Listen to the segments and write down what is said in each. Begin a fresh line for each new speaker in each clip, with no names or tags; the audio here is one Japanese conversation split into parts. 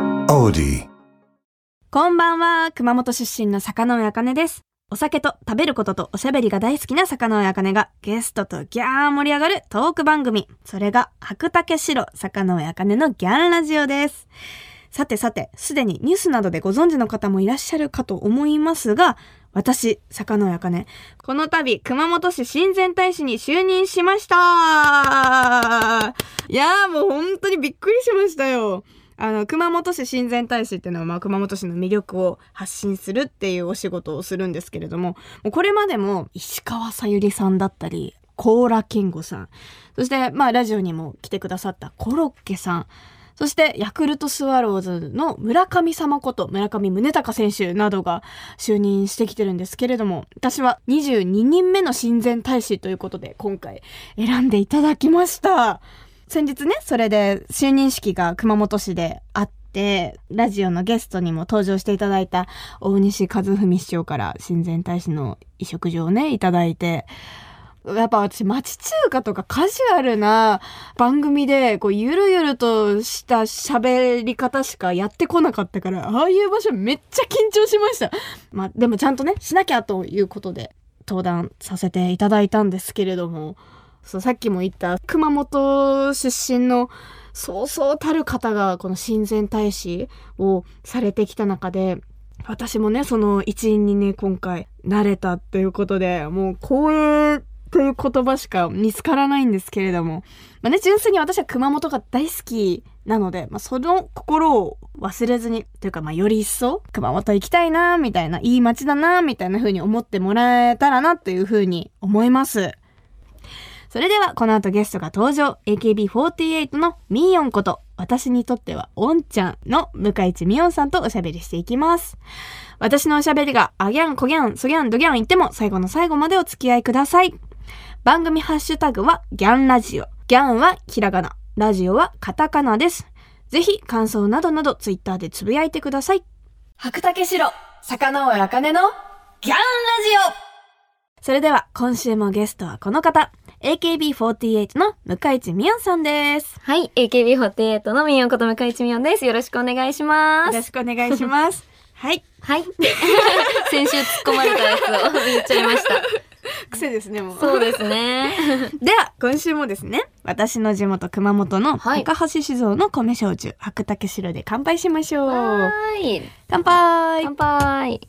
melody.
こんばんは、熊本出身の坂上茜です。お酒と食べることとおしゃべりが大好きな坂上茜がゲストとギャー盛り上がるトーク番組。それが白竹城坂上茜のギャンラジオです。さてさて、すでにニュースなどでご存知の方もいらっしゃるかと思いますが、私、坂上茜、この度、熊本市親善大使に就任しましたいやーもう本当にびっくりしましたよ。あの熊本市親善大使っていうのは、まあ、熊本市の魅力を発信するっていうお仕事をするんですけれどももうこれまでも石川さゆりさんだったり高良健吾さんそして、まあ、ラジオにも来てくださったコロッケさんそしてヤクルトスワローズの村上様こと村上宗隆選手などが就任してきてるんですけれども私は22人目の親善大使ということで今回選んでいただきました。先日ねそれで就任式が熊本市であってラジオのゲストにも登場していただいた大西和史市長から親善大使の委嘱状をねいただいてやっぱ私町中華とかカジュアルな番組でこうゆるゆるとした喋り方しかやってこなかったからああいう場所めっちゃ緊張しました、まあ、でもちゃんとねしなきゃということで登壇させていただいたんですけれどもそうさっきも言った熊本出身のそうそうたる方がこの親善大使をされてきた中で私もねその一員にね今回なれたということでもう光栄という言葉しか見つからないんですけれども、まあね、純粋に私は熊本が大好きなので、まあ、その心を忘れずにというか、まあ、より一層熊本行きたいなみたいないい街だなみたいな風に思ってもらえたらなという風に思います。それではこの後ゲストが登場 AKB48 のみーよんこと私にとってはおんちゃんの向井地みおんさんとおしゃべりしていきます私のおしゃべりがあぎゃんこぎゃんそぎゃんどぎゃん言っても最後の最後までお付き合いください番組ハッシュタグはギャンラジオギャンはひらがなラジオはカタカナですぜひ感想などなどツイッターでつぶやいてください白竹城坂上茜のギャンラジオそれでは今週もゲストはこの方 AKB48 の向井地美音さんです
はい、AKB48 のみよんこと向井一みよんです。よろしくお願いしま
よろ
す。
しくお願いします はい
はい。先週突っ込まれたやつを言っちゃいました。
癖ですねもう
そうですね。
では今週もですね私の地元熊本の
はい
高橋酒造の米焼酎、白竹白で乾杯しましょ
は
う
ーい。
乾杯
乾杯。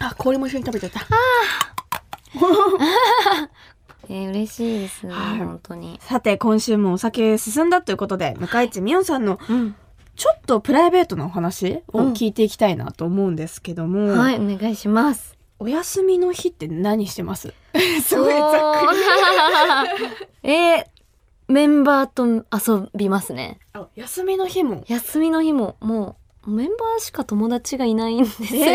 あ氷も一緒に食べちゃった
えー、嬉しいですね、
はい
本当に。
さて今週もお酒進んだということで向井地美音さんの
うん。
ちょっとプライベートなお話を聞いていきたいなと思うんですけども、
はい、お願いします。
お休みの日って何してますす
お
ごいざっくり
り。えー、メンバーと遊びますね。
あ休みの日も
休みの日も、もう、メンバーしか友達がいないんですよ。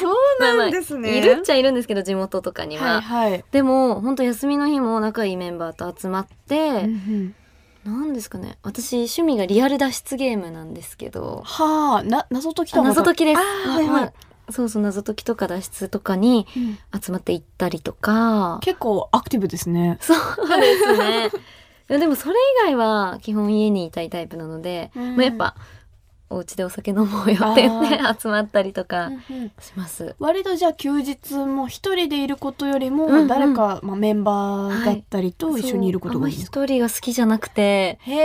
そうなんですね、
いるっちゃいるんですけど、地元とかには。
はいはい、
でも本当休みの日も仲いいメンバーと集まって、なんですかね私趣味がリアル脱出ゲームなんですけど
はあな謎解きと
あ
はまた
謎解きです、
あーはいはい
まあそうそう謎解きとか脱出とかに
うん
集まって行ったりとか
結構アクティブですね
そうですねいや でもそれ以外は基本家にいたいタイプなので、
うん
まあ、やっぱお家でお酒飲もうよって言って集まったりとかします。
割とじゃあ休日も一人でいることよりも
うんうん
誰か、まあ、メンバーだったりと一緒にいることが多いんですか、
そうあんま一人が好きじゃなくて
へ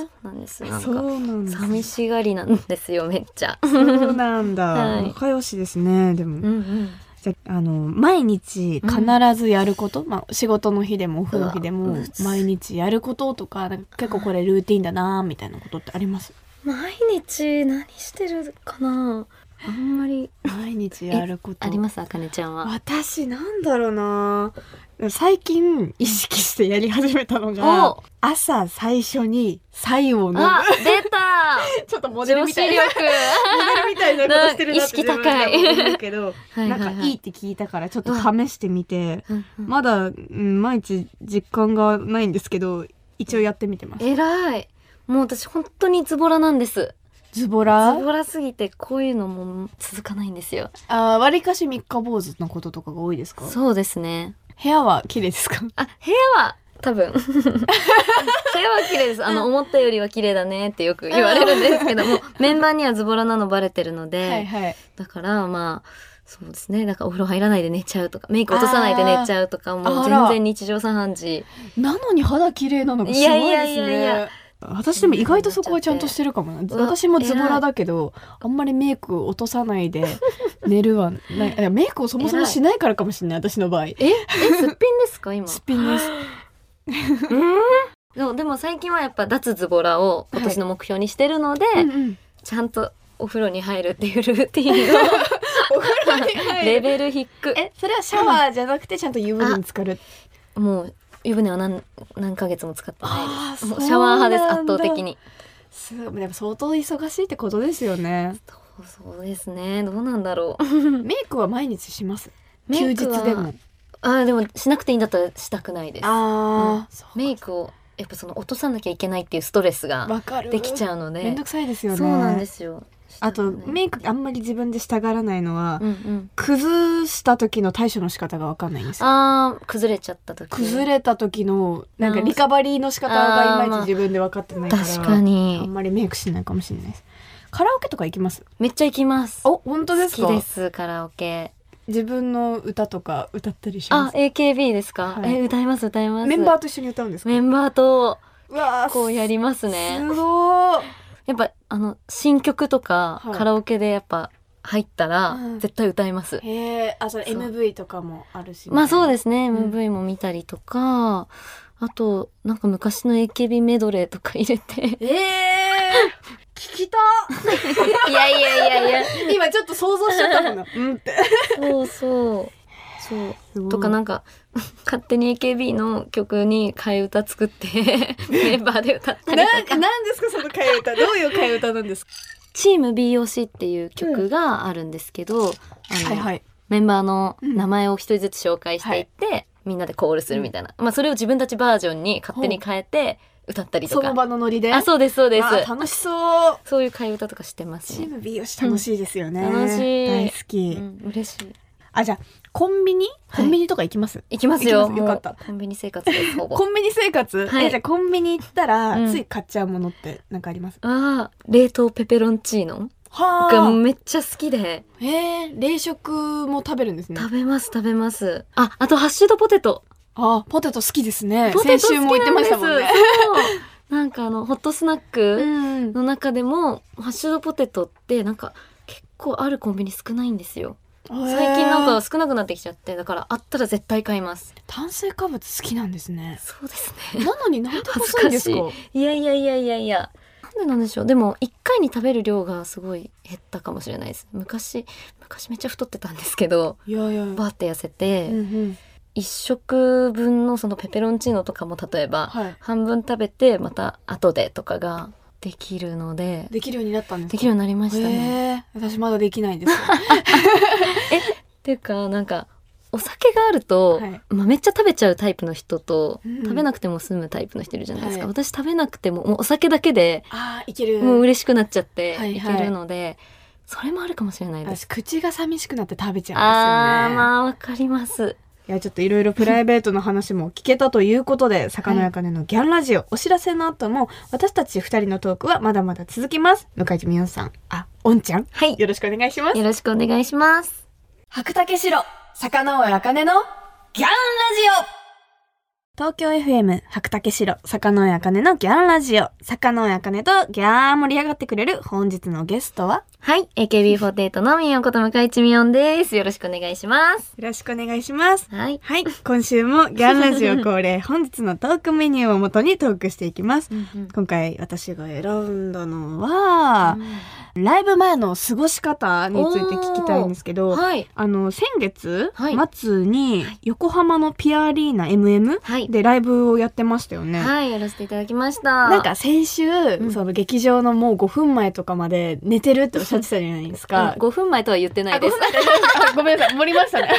え
なんですなん
そ
か
うなんです
寂しがりなんですよめっちゃ。
そうなんだ、
はい
仲良しですねでも、
うんうん
じゃああの毎日必ずやること、まあ、仕事の日でもオフの日で
う
も
わむず
毎日やることとかなんか結構これルーティンだなみたいなことってあります
毎日何してるかなあんまり
毎日やること
ありますあかねちゃんは
私なんだろうな最近意識してやり始めたのが
お
朝最初にサインを飲む
あ出 た
ちょっとモデル
女
み
子
たい
力
なモデルみたいなことしてるなって
意識高い
自分では思うんだけど
はい
なん
は
か
いはい
いいって聞いたからちょっと試してみて
うんうん
まだ、うん、毎日実感がないんですけど一応やってみてます
えらいもう私本当にズボラなんです
ズボラ
ズボラすぎてこういうのも続かないんですよ
あーわりかし三日坊主のこととかが多いですか
そうですね
部屋は綺麗ですか
あ部屋は多 分部屋は綺麗ですあの思ったよりは綺麗だねってよく言われるんですけど もメンバーにはズボラなのバレてるので、
はいはい。
だからまあそうですねなんかお風呂入らないで寝ちゃうとかメイク落とさないで寝ちゃうとかもう
あら
全然日常茶飯事
なのに肌綺麗なのがすごいですね。
いやいやいやいや
私でも意外とそこはちゃんとしてるかもな
うわ
私もズボラだけどあんまりメイク落とさないで寝るは ないいやメイクをそもそもしないからかもしれない私の場合
ええすっぴんですか今
すっぴん です
でもでも最近はやっぱ脱ズボラを今年の目標にしてるので、 ちゃんとお風呂に入るっていうルーティンを
お風呂に入る
レベル低く
えそれはシャワーじゃなくてちゃんと湯船に浸かる
もう湯船は何何ヶ月も使ってない
あー
ですもうシャワー派です
そう
圧
なんだ
倒的に
すごいでも相当忙しいってことですよ ね
そうそうですねどうなんだろう
メイクは毎日します
メ
休
イ
日
クは
でも
あーでもしなくていいんだったらしたくないです
ああ
メイクをやっぱその落とさなきゃいけないっていうストレスが
わかる
できち
う
ゃうので
めんどくさいですよね
そうなんですよ
あとメ
イ
イクあんまり自分でしたがらないのは
うんうん
崩した時の対処の仕方がわかんないんですよ
あー崩れちゃった時
崩れた時のなんか
うん
リカバリーの仕方がいま
あー
い
まあ
ち自分で分かってないから
確か
あん
に
まりメイクしないかもしれないですカラオケとか行きます
めっちゃ行きます
お本当ですか
好きですカラオケ
自分の歌とか歌ったりしま
あ
す
AKB ですか、
はい
え歌います歌います
メンバーと一緒に歌うんですか
メンバーと
うわー
こうやりますね
すごー
やっぱあの新曲とか、
はい
カラオケでやっぱ入ったら、
うん
絶対歌います
へえあそれ
そう
MV とかもあるし
まあそうですすね、
うん
MV も見たりとかあとなんか昔の AKB メドレーとか入れて
ええー、聞きた
いやいやいやいや
今ちょっと想像しちゃった もんなうんって
そうそうそうとか
な
なんか 勝手に AKB の曲に替え歌作って メンバーで歌ったり
なんかなんですかその替え歌どういう替え歌なんですか
チーム BOC っていう曲があるんですけど、あの
い
メンバーの名前を一人ずつ紹介していって、みんなでコールするみたいな、まあ、それを自分たちバージョンに勝手に変えて歌ったりと
その
か
場のノリで
あそうですそうです
わあ楽しそう
そういう替え歌とかしてます
チー
ね、
ム B よし楽しいですよね、
うん楽しい
大好き、
うん、嬉しい
あじゃあコンビニコ
はい
ンビニとか行きます、
行きますよ
行きますよかった
もうコンビニ生活ですほぼ
コンビニ生活、
はい
えじゃあコンビニ行ったら、
うん
つい買っちゃうものってなんかあります
ああ冷凍ペペロンチーノ
は
がめっちゃ好きで
へえ冷食も食べるんですね
食べます食べますああとハッシュドポテト
あポテト好きですね
ポテ
先
ト
週も
好き
言って
なん
ま
で
し
す
たもんね
そうなんかあのホットスナック、
うん
の中でもハッシュドポテトってなんか結構あるコンビニ少ないんですよ最近なん
へ
か
え
少なくなってきちゃってだからあったら絶対買います
炭水化物好きなんです ね
そうですね
なのになんで細いんですか
恥いやいやいやいやいやなんでなんでしょうでも一回に食べる量がすごい減ったかもしれないです昔昔めっちゃ太ってたんですけど
いやいや
バーって痩せて、
うんうん
一食分のそのペペロンチーノとかも例えば、
はい
半分食べてまた後でとかができるので
できるようになったんですか
できるようになりましたね、
へえ私まだできないです
っていうかなんかお酒があると、
はい
まあ、めっちゃ食べちゃうタイプの人と、
うん
食べなくても済むタイプの人いるじゃないですか、
はい
私食べなくてももうお酒だけで
あーいける
もう嬉しくなっちゃって
はい
い
はい
けるので、それもあるかもしれないです。
私口が寂しくなって食べちゃう
あ
んですよね、
ーまあわかります。
いやちょっといろいろプライベートの話も聞けたということで魚やかねのギャンラジオお知らせの後も私たち二人のトークはまだまだ続きます向井地美音さんあおんちゃん
はい
よろしくお願いします
よろしくお願いします。
白竹城魚をあかねのギャンラジオ東京 FM 白竹城魚をあかねのギャンラジオ魚をあかねとギャー盛り上がってくれる本日のゲストは
はい、AKB48 のみよこと向井ちみおんです。よろしくお願いします。
よろしくお願いします
はい。
はい今週もギャンラジオ恒例本日のトークメニューをもとにトークしていきます今回私が選んだのは、ライブ前の過ごし方について聞きたいんですけど
はい。
あの先月
はい
末に
はい
横浜のピアリーナ MM
はい。
でライブをやってましたよね。
はい、やらせていただきました。
なんか先週、
ん
その劇場のもう5分前とかまで寝てるっておっしゃってたじゃないです
あ
か。
の、5分前とは言ってないです。
あ ごめんなさい、盛りました ね。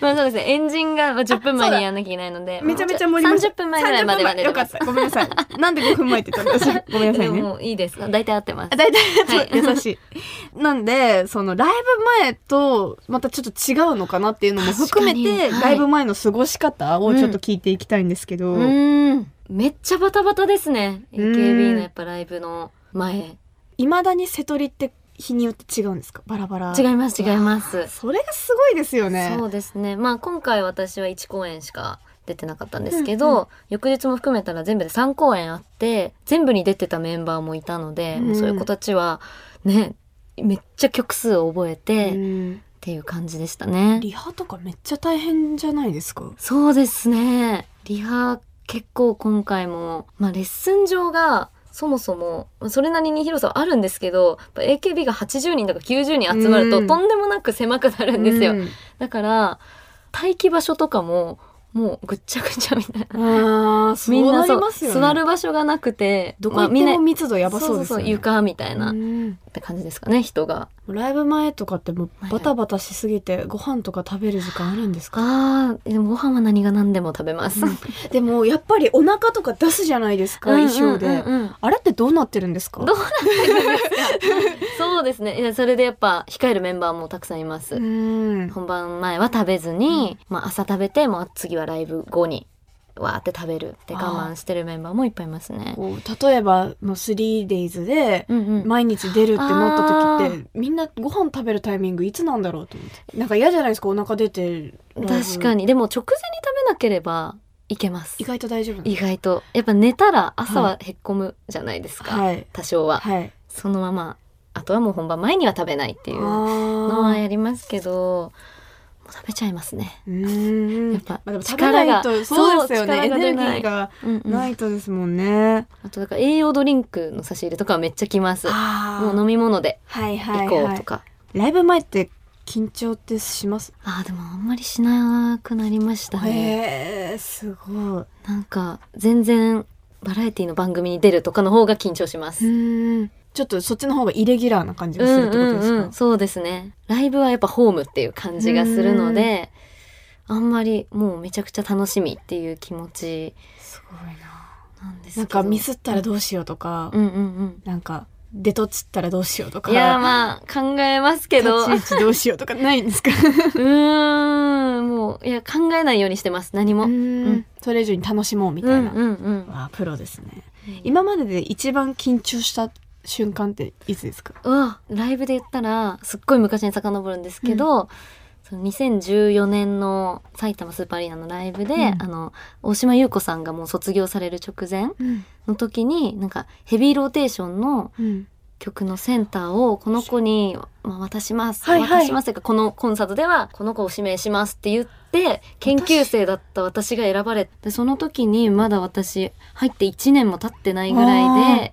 まあそうですね。エンジンがまあ10分前
あそうだ
にやんなきゃいけないので、
めちゃめちゃ盛りました。
30分前ぐらいまでは寝
30
て
分前よか
ま
った。
す。
ごめんなさい。なんで5分前って言ったんですごめんなさ
で
いね。
ももういいです。大体合ってます
あ。大体、
はい
そう優しい。 なんで、そのライブ前とまたちょっと違うのかなっていうのも含め
確
て、
かにはい
ライブ前の過ごし方をちちょっと聞いていきたいんですけど、
うんめっちゃバタバタですね
うん
AKB のやっぱライブの前
いまだに瀬戸りって日によって違うんですかバラバラ
違います違います
それがすごいですよね
そうですねまあ今回私は1公演しか出てなかったんですけど、
うんうん
翌日も含めたら全部で3公演あって全部に出てたメンバーもいたので、
うん
もうそういう子たちはねめっちゃ曲数を覚えて、
う
っ
ん
ていう感じでしたね。
リハとかめっちゃ大変じゃないですか
そうですねリハ結構今回も、まあ、レッスン上がそもそもまあそれなりに広さはあるんですけどやっぱ AKB が80人とか90人集まる
う
と
ん
とんでもなく狭くなるんですよ。
うん
だから待機場所とかももうぐっちゃぐちゃみたいな。
あーそう
みんな
なり
そう
ますよね
座る場所がなくて
どこ行っ
みん
て
な
も密度やばそうですよね、
そうそう床みたいな、
う
っ
ん
て感じですかね人が。
ライブ前とかってもうバタバタしすぎてご飯とか食べる時間あるんですか
あーでもご飯は何が何でも食べます。
でもやっぱりお腹とか出すじゃないですか、衣装で、
うんうんうんうん
あれってどうなってるんですか
どうなってるんですかそうですねいやそれでやっぱ控えるメンバーもたくさんいます、
うん
本番前は食べずに、まあ、朝食べてもう次はライブ後にわーって食べるって我慢してるメンバーもいっぱいいますね
こう例えばの 3days で
うんうん
毎日出るってなった時っ
あ
てみんなご飯食べるタイミングいつなんだろうと思ってなんか嫌じゃないですかお腹出て
確か
に
にでも直前に食べなければいけます
意外と大丈夫なんで
意
す
外とやっぱ寝たら朝はへっこむじゃないですか、
はい
多少は、
はい
そのままあとはもう本番前には食べないっていうのは
あ
やりますけどもう食べちゃいますね、
ーうん
やっぱ
まあ、でも食べない
力
と
が
そうですよ
そう
ねエ
力
ネ
が出
ルギ
ない
ーが
うんうん
ないとですもんね、
あとだから栄養ドリンクの差し入れとかはめっちゃきます。
あー
もう飲み物で
はいはい
行こ
は
うと
い
か。
ライブ前って緊張ってします
ああでもあんまりしなくなりましたね。
へえすごい
なんか全然バラエティの番組に出るとかの方が緊張します。
うんちょっとそっちの方がイレギュラーな感じがするってことですか、
うんうんうんそうですね。ライブはやっぱホームっていう感じがするので、あんまりもうめちゃくちゃ楽しみっていう気持ち
すごいな
なんですけど。
なんかミスったらどうしようとか、
うんうん
なんかデトチったらどうしようと
う
か
ん。いやまあ考えますけ ど。
立ち位置どうしようとかないんですか
うーんもういや考え ないようにしてます何
う
も。
んそれ以上に楽しもうみたいな、
うんうんうん。
わあプロですね今
今
までで一番緊張した瞬間っていつですか
はライブで言ったらすっごい昔に遡るんですけど、その2014年の埼玉スーパーアリーナのライブで、
うん
あの大島優子さんがもう卒業される直前
うん、
の時になんかヘビーローテーションの曲のセンターをこの子に、まあ、渡します、
はいはい
渡しますというかこのコンサートではこの子を指名しますって言って研究生だった私が選ばれてその時にまだ私入って1年も経ってないぐらいで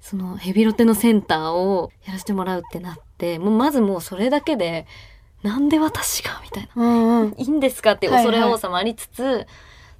そのヘビロテのセンターをやらせてもらうってなってもうまずもうそれだけでなんで私がみたいな
うんうん
いいんですかっていう
はいは
恐
い
れ多さもありつつ、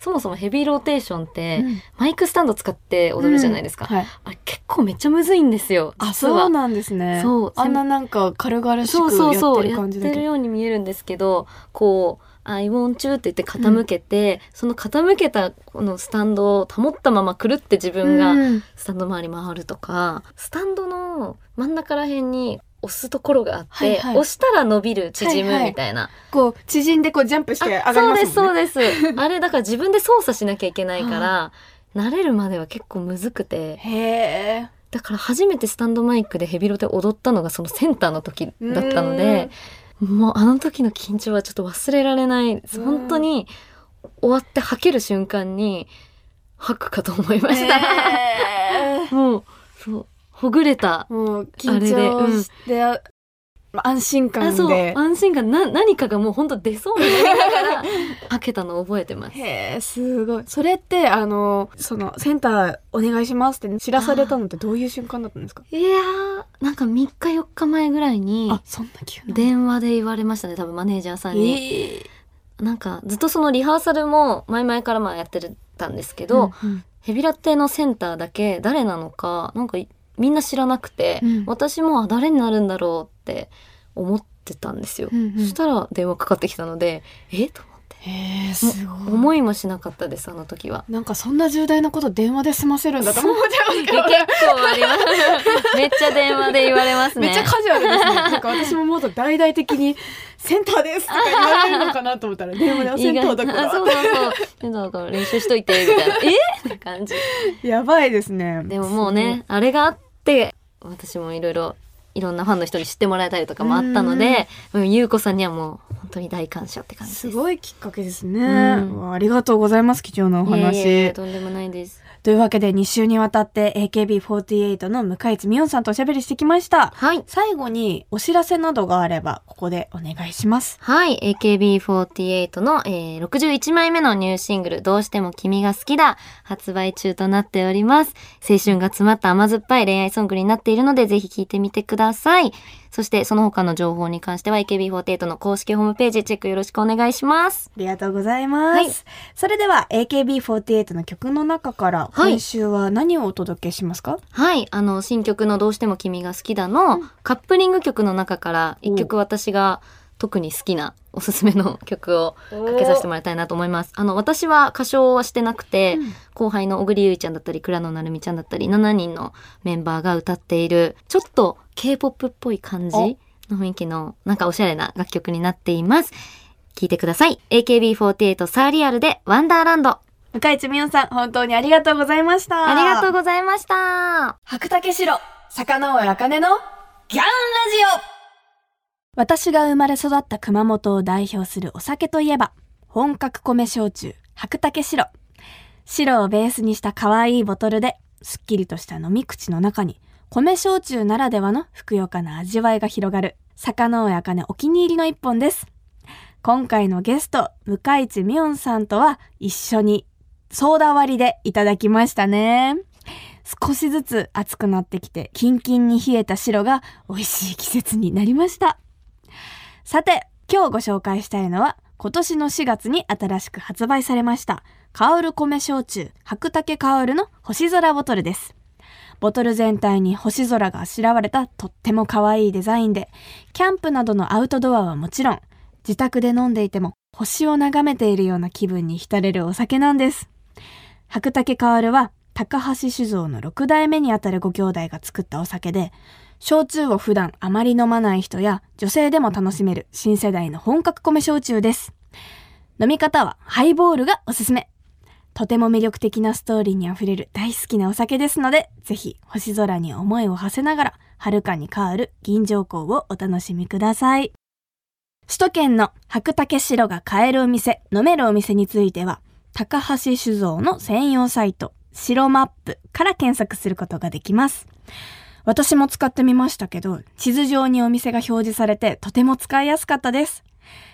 そもそもヘビーローテーションってマイクスタンド使って踊るじゃないですか、
うんはい、
あれ結構めっちゃむずいんですよ
あ
実は
そうなんですね
そう
あんななんか軽々しく
そうそう
やっ
そ
て
う
る
やっ
感
て
じだけ
る
ど
ように見えるんですけどこう「I want you」って言って傾けて、その傾けたこのスタンドを保ったままくるって自分が
うん
スタンド周り回るとか、スタンドの真ん中ら辺に押すところがあって、
はいはい
押したら伸びる縮む
はいはい
みたいな、
こう縮んでこうジャンプして上が
あ
り
そう
ま
ですす
もん
そう
ね
ですあれだから自分で操作しなきゃいけないから慣れるまでは結構むずくて
へえ
だから初めてスタンドマイクでヘビロテ踊ったのがそのセンターの時だったのでもうあの時の緊張はちょっと忘れられないです
うん
本当に終わって吐ける瞬間に吐くかと思いました、
へー
もうそうほぐれた
もう緊張して、まあ安心
あ
感
そう
で
安心感な何かがもう本当出そうになりながら 開けたのを覚えてます。
へえすごいそれってあのそのセンターお願いしますって知らされたのってどういう瞬間だったんですか
いやーなんか3日4日前ぐらいに
あそんな急な
電話で言われましたね多分マネージャーさんに。
え
なんかずっとそのリハーサルも前々からまあやってたんですけ
ー
ど、
うん
ヘビラテのセンターだけ誰なのかなんかいみんな知らなくて、
うん
私もあ誰になるんだろうって思ってたんですよ。
うんうん
そしたら電話かかってきたのでえと思って
へえすごい
思いもしなかったですあの 時は。
なんかそんな重大なこと電話で済ませるんだと思ってますけ
え
ど
結 構あります。めっちゃ電話で言われますね。
めっちゃカジュアルですね。なんか私ももっと大々的に「センターです」とか言われるのかなと思ったら電話では「センターだか
あそ
ら
うそうそう。センターだから練習しといてみたいな。えって感じ。」
やばいですね。
でももうねあれがあって私もいろいろいろんなファンの人に知ってもらえたりとかもあったのでうん優子さんにはもう本当に大感謝って感じです。
すごいきっかけですね、
うん
わありがとうございます貴重なお話
いえいえとんでもないです。
というわけで2週にわたって AKB48 の向井津美音さんとおしゃべりしてきました
はい。
最後にお知らせなどがあればここでお願いします
はい。AKB48 の、えー61枚目のニューシングル、どうしても君が好きだ、発売中となっております。青春が詰まった甘酸っぱい恋愛ソングになっているので、ぜひ聴いてみてください。そして、その他の情報に関しては、AKB48 の公式ホームページチェックよろしくお願いします。
ありがとうございます、
はい
それでは AKB48 の曲の中から
はい
今週は何をお届けしますか、
はい。あの、新曲のどうしても君が好きだの、カップリング曲の中から、一曲私が特に好きなおすすめの曲をかけさせてもらいたいなと思います。あの、私は歌唱はしてなくて、
うん
後輩の小栗ゆいちゃんだったり、倉野なるみちゃんだったり、7人のメンバーが歌っている、ちょっと K-POP っぽい感じ
お
の雰囲気の、なんかおしゃれな楽曲になっています。聴いてください。AKB48 サーリアルでワンダーランド。
向井津美音さん本当にありがとうございました
ありがとうございました。
白竹城坂上茜のギャンラジオ私が生まれ育った熊本を代表するお酒といえば本格米焼酎白竹城白をベースにした可愛いボトルですっきりとした飲み口の中に米焼酎ならではのふくよかな味わいが広がる坂上茜お気に入りの一本です今回のゲスト向井地美音さんとは一緒にソーダ割りでいただきましたね少しずつ暑くなってきてキンキンに冷えた白が美味しい季節になりましたさて今日ご紹介したいのは今年の4月に新しく発売されました香る米焼酎白竹香るの星空ボトルですボトル全体に星空があしらわれたとっても可愛いデザインでキャンプなどのアウトドアはもちろん自宅で飲んでいても星を眺めているような気分に浸れるお酒なんです白竹薫は高橋酒造の6代目にあたるご兄弟が作ったお酒で焼酎を普段あまり飲まない人や女性でも楽しめる新世代の本格米焼酎です飲み方はハイボールがおすすめとても魅力的なストーリーにあふれる大好きなお酒ですのでぜひ星空に思いを馳せながら遥かに香る銀条港をお楽しみください首都圏の白竹城が買えるお店飲めるお店については高橋酒造の専用サイト、白マップから検索することができます。私も使ってみましたけど、地図上にお店が表示されてとても使いやすかったです。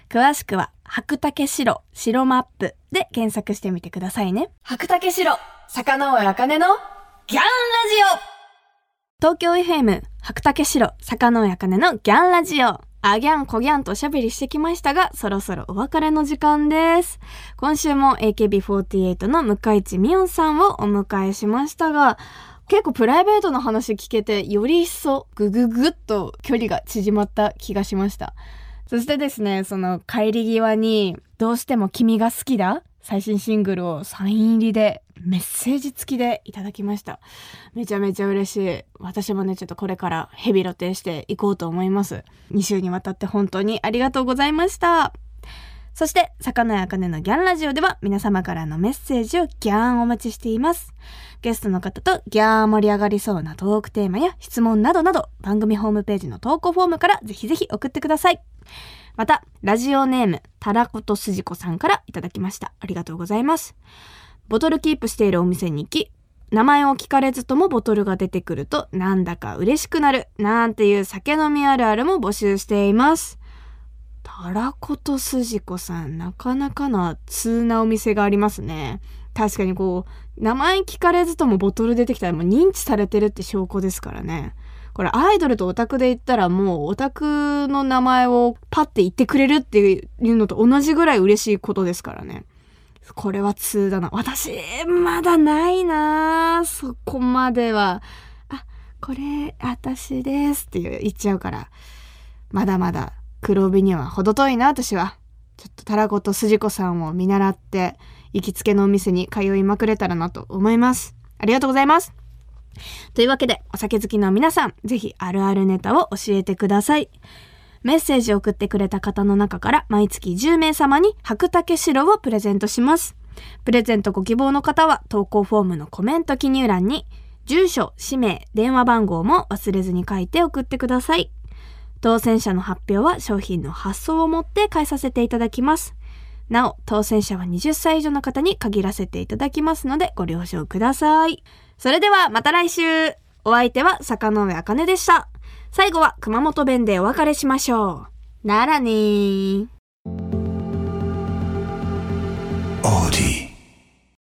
詳しくは、白竹白、白マップで検索してみてくださいね。白竹白、坂上茜のギャンラジオ東京 FM、白竹白、坂上茜のギャンラジオ。あギャンこギャンとおしゃべりしてきましたが、そろそろお別れの時間です。今週も AKB48 の向井地美音さんをお迎えしましたが結構プライベートの話聞けてより一層グググっと距離が縮まった気がしましたそしてですねその帰り際に「どうしても君が好きだ」最新シングルをサイン入りでメッセージ付きでいただきましためちゃめちゃ嬉しい私もねちょっとこれからヘビロテしていこうと思います2週にわたって本当にありがとうございましたそして、魚やかねのギャンラジオでは皆様からのメッセージをギャーンお待ちしています。ゲストの方とギャーン盛り上がりそうなトークテーマや質問などなど番組ホームページの投稿フォームからぜひぜひ送ってください。また、ラジオネーム、たらことすじこさんからいただきました。ありがとうございます。ボトルキープしているお店に行き、名前を聞かれずともボトルが出てくるとなんだか嬉しくなるなんていう酒飲みあるあるも募集しています。たらことすじこさんなかなかな通なお店がありますね確かにこう名前聞かれずともボトル出てきたらもう認知されてるって証拠ですからねこれアイドルとオタクで言ったらもうオタクの名前をパッて言ってくれるっていうのと同じぐらい嬉しいことですからねこれは通だな私まだないなそこまではあこれ私ですって言っちゃうからまだまだ黒帯には程遠いな私はちょっとたらことすじこさんを見習って行きつけのお店に通いまくれたらなと思いますありがとうございますというわけでお酒好きの皆さんぜひあるあるネタを教えてくださいメッセージを送ってくれた方の中から毎月10名様に白竹白をプレゼントしますプレゼントご希望の方は投稿フォームのコメント記入欄に住所、氏名、電話番号も忘れずに書いて送ってください。当選者の発表は商品の発送をもって返させていただきます。なお、当選者は20歳以上の方に限らせていただきますのでご了承ください。それではまた来週お相手は坂上茜でした。最後は熊本弁でお別れしましょう。ならねー。
オーディ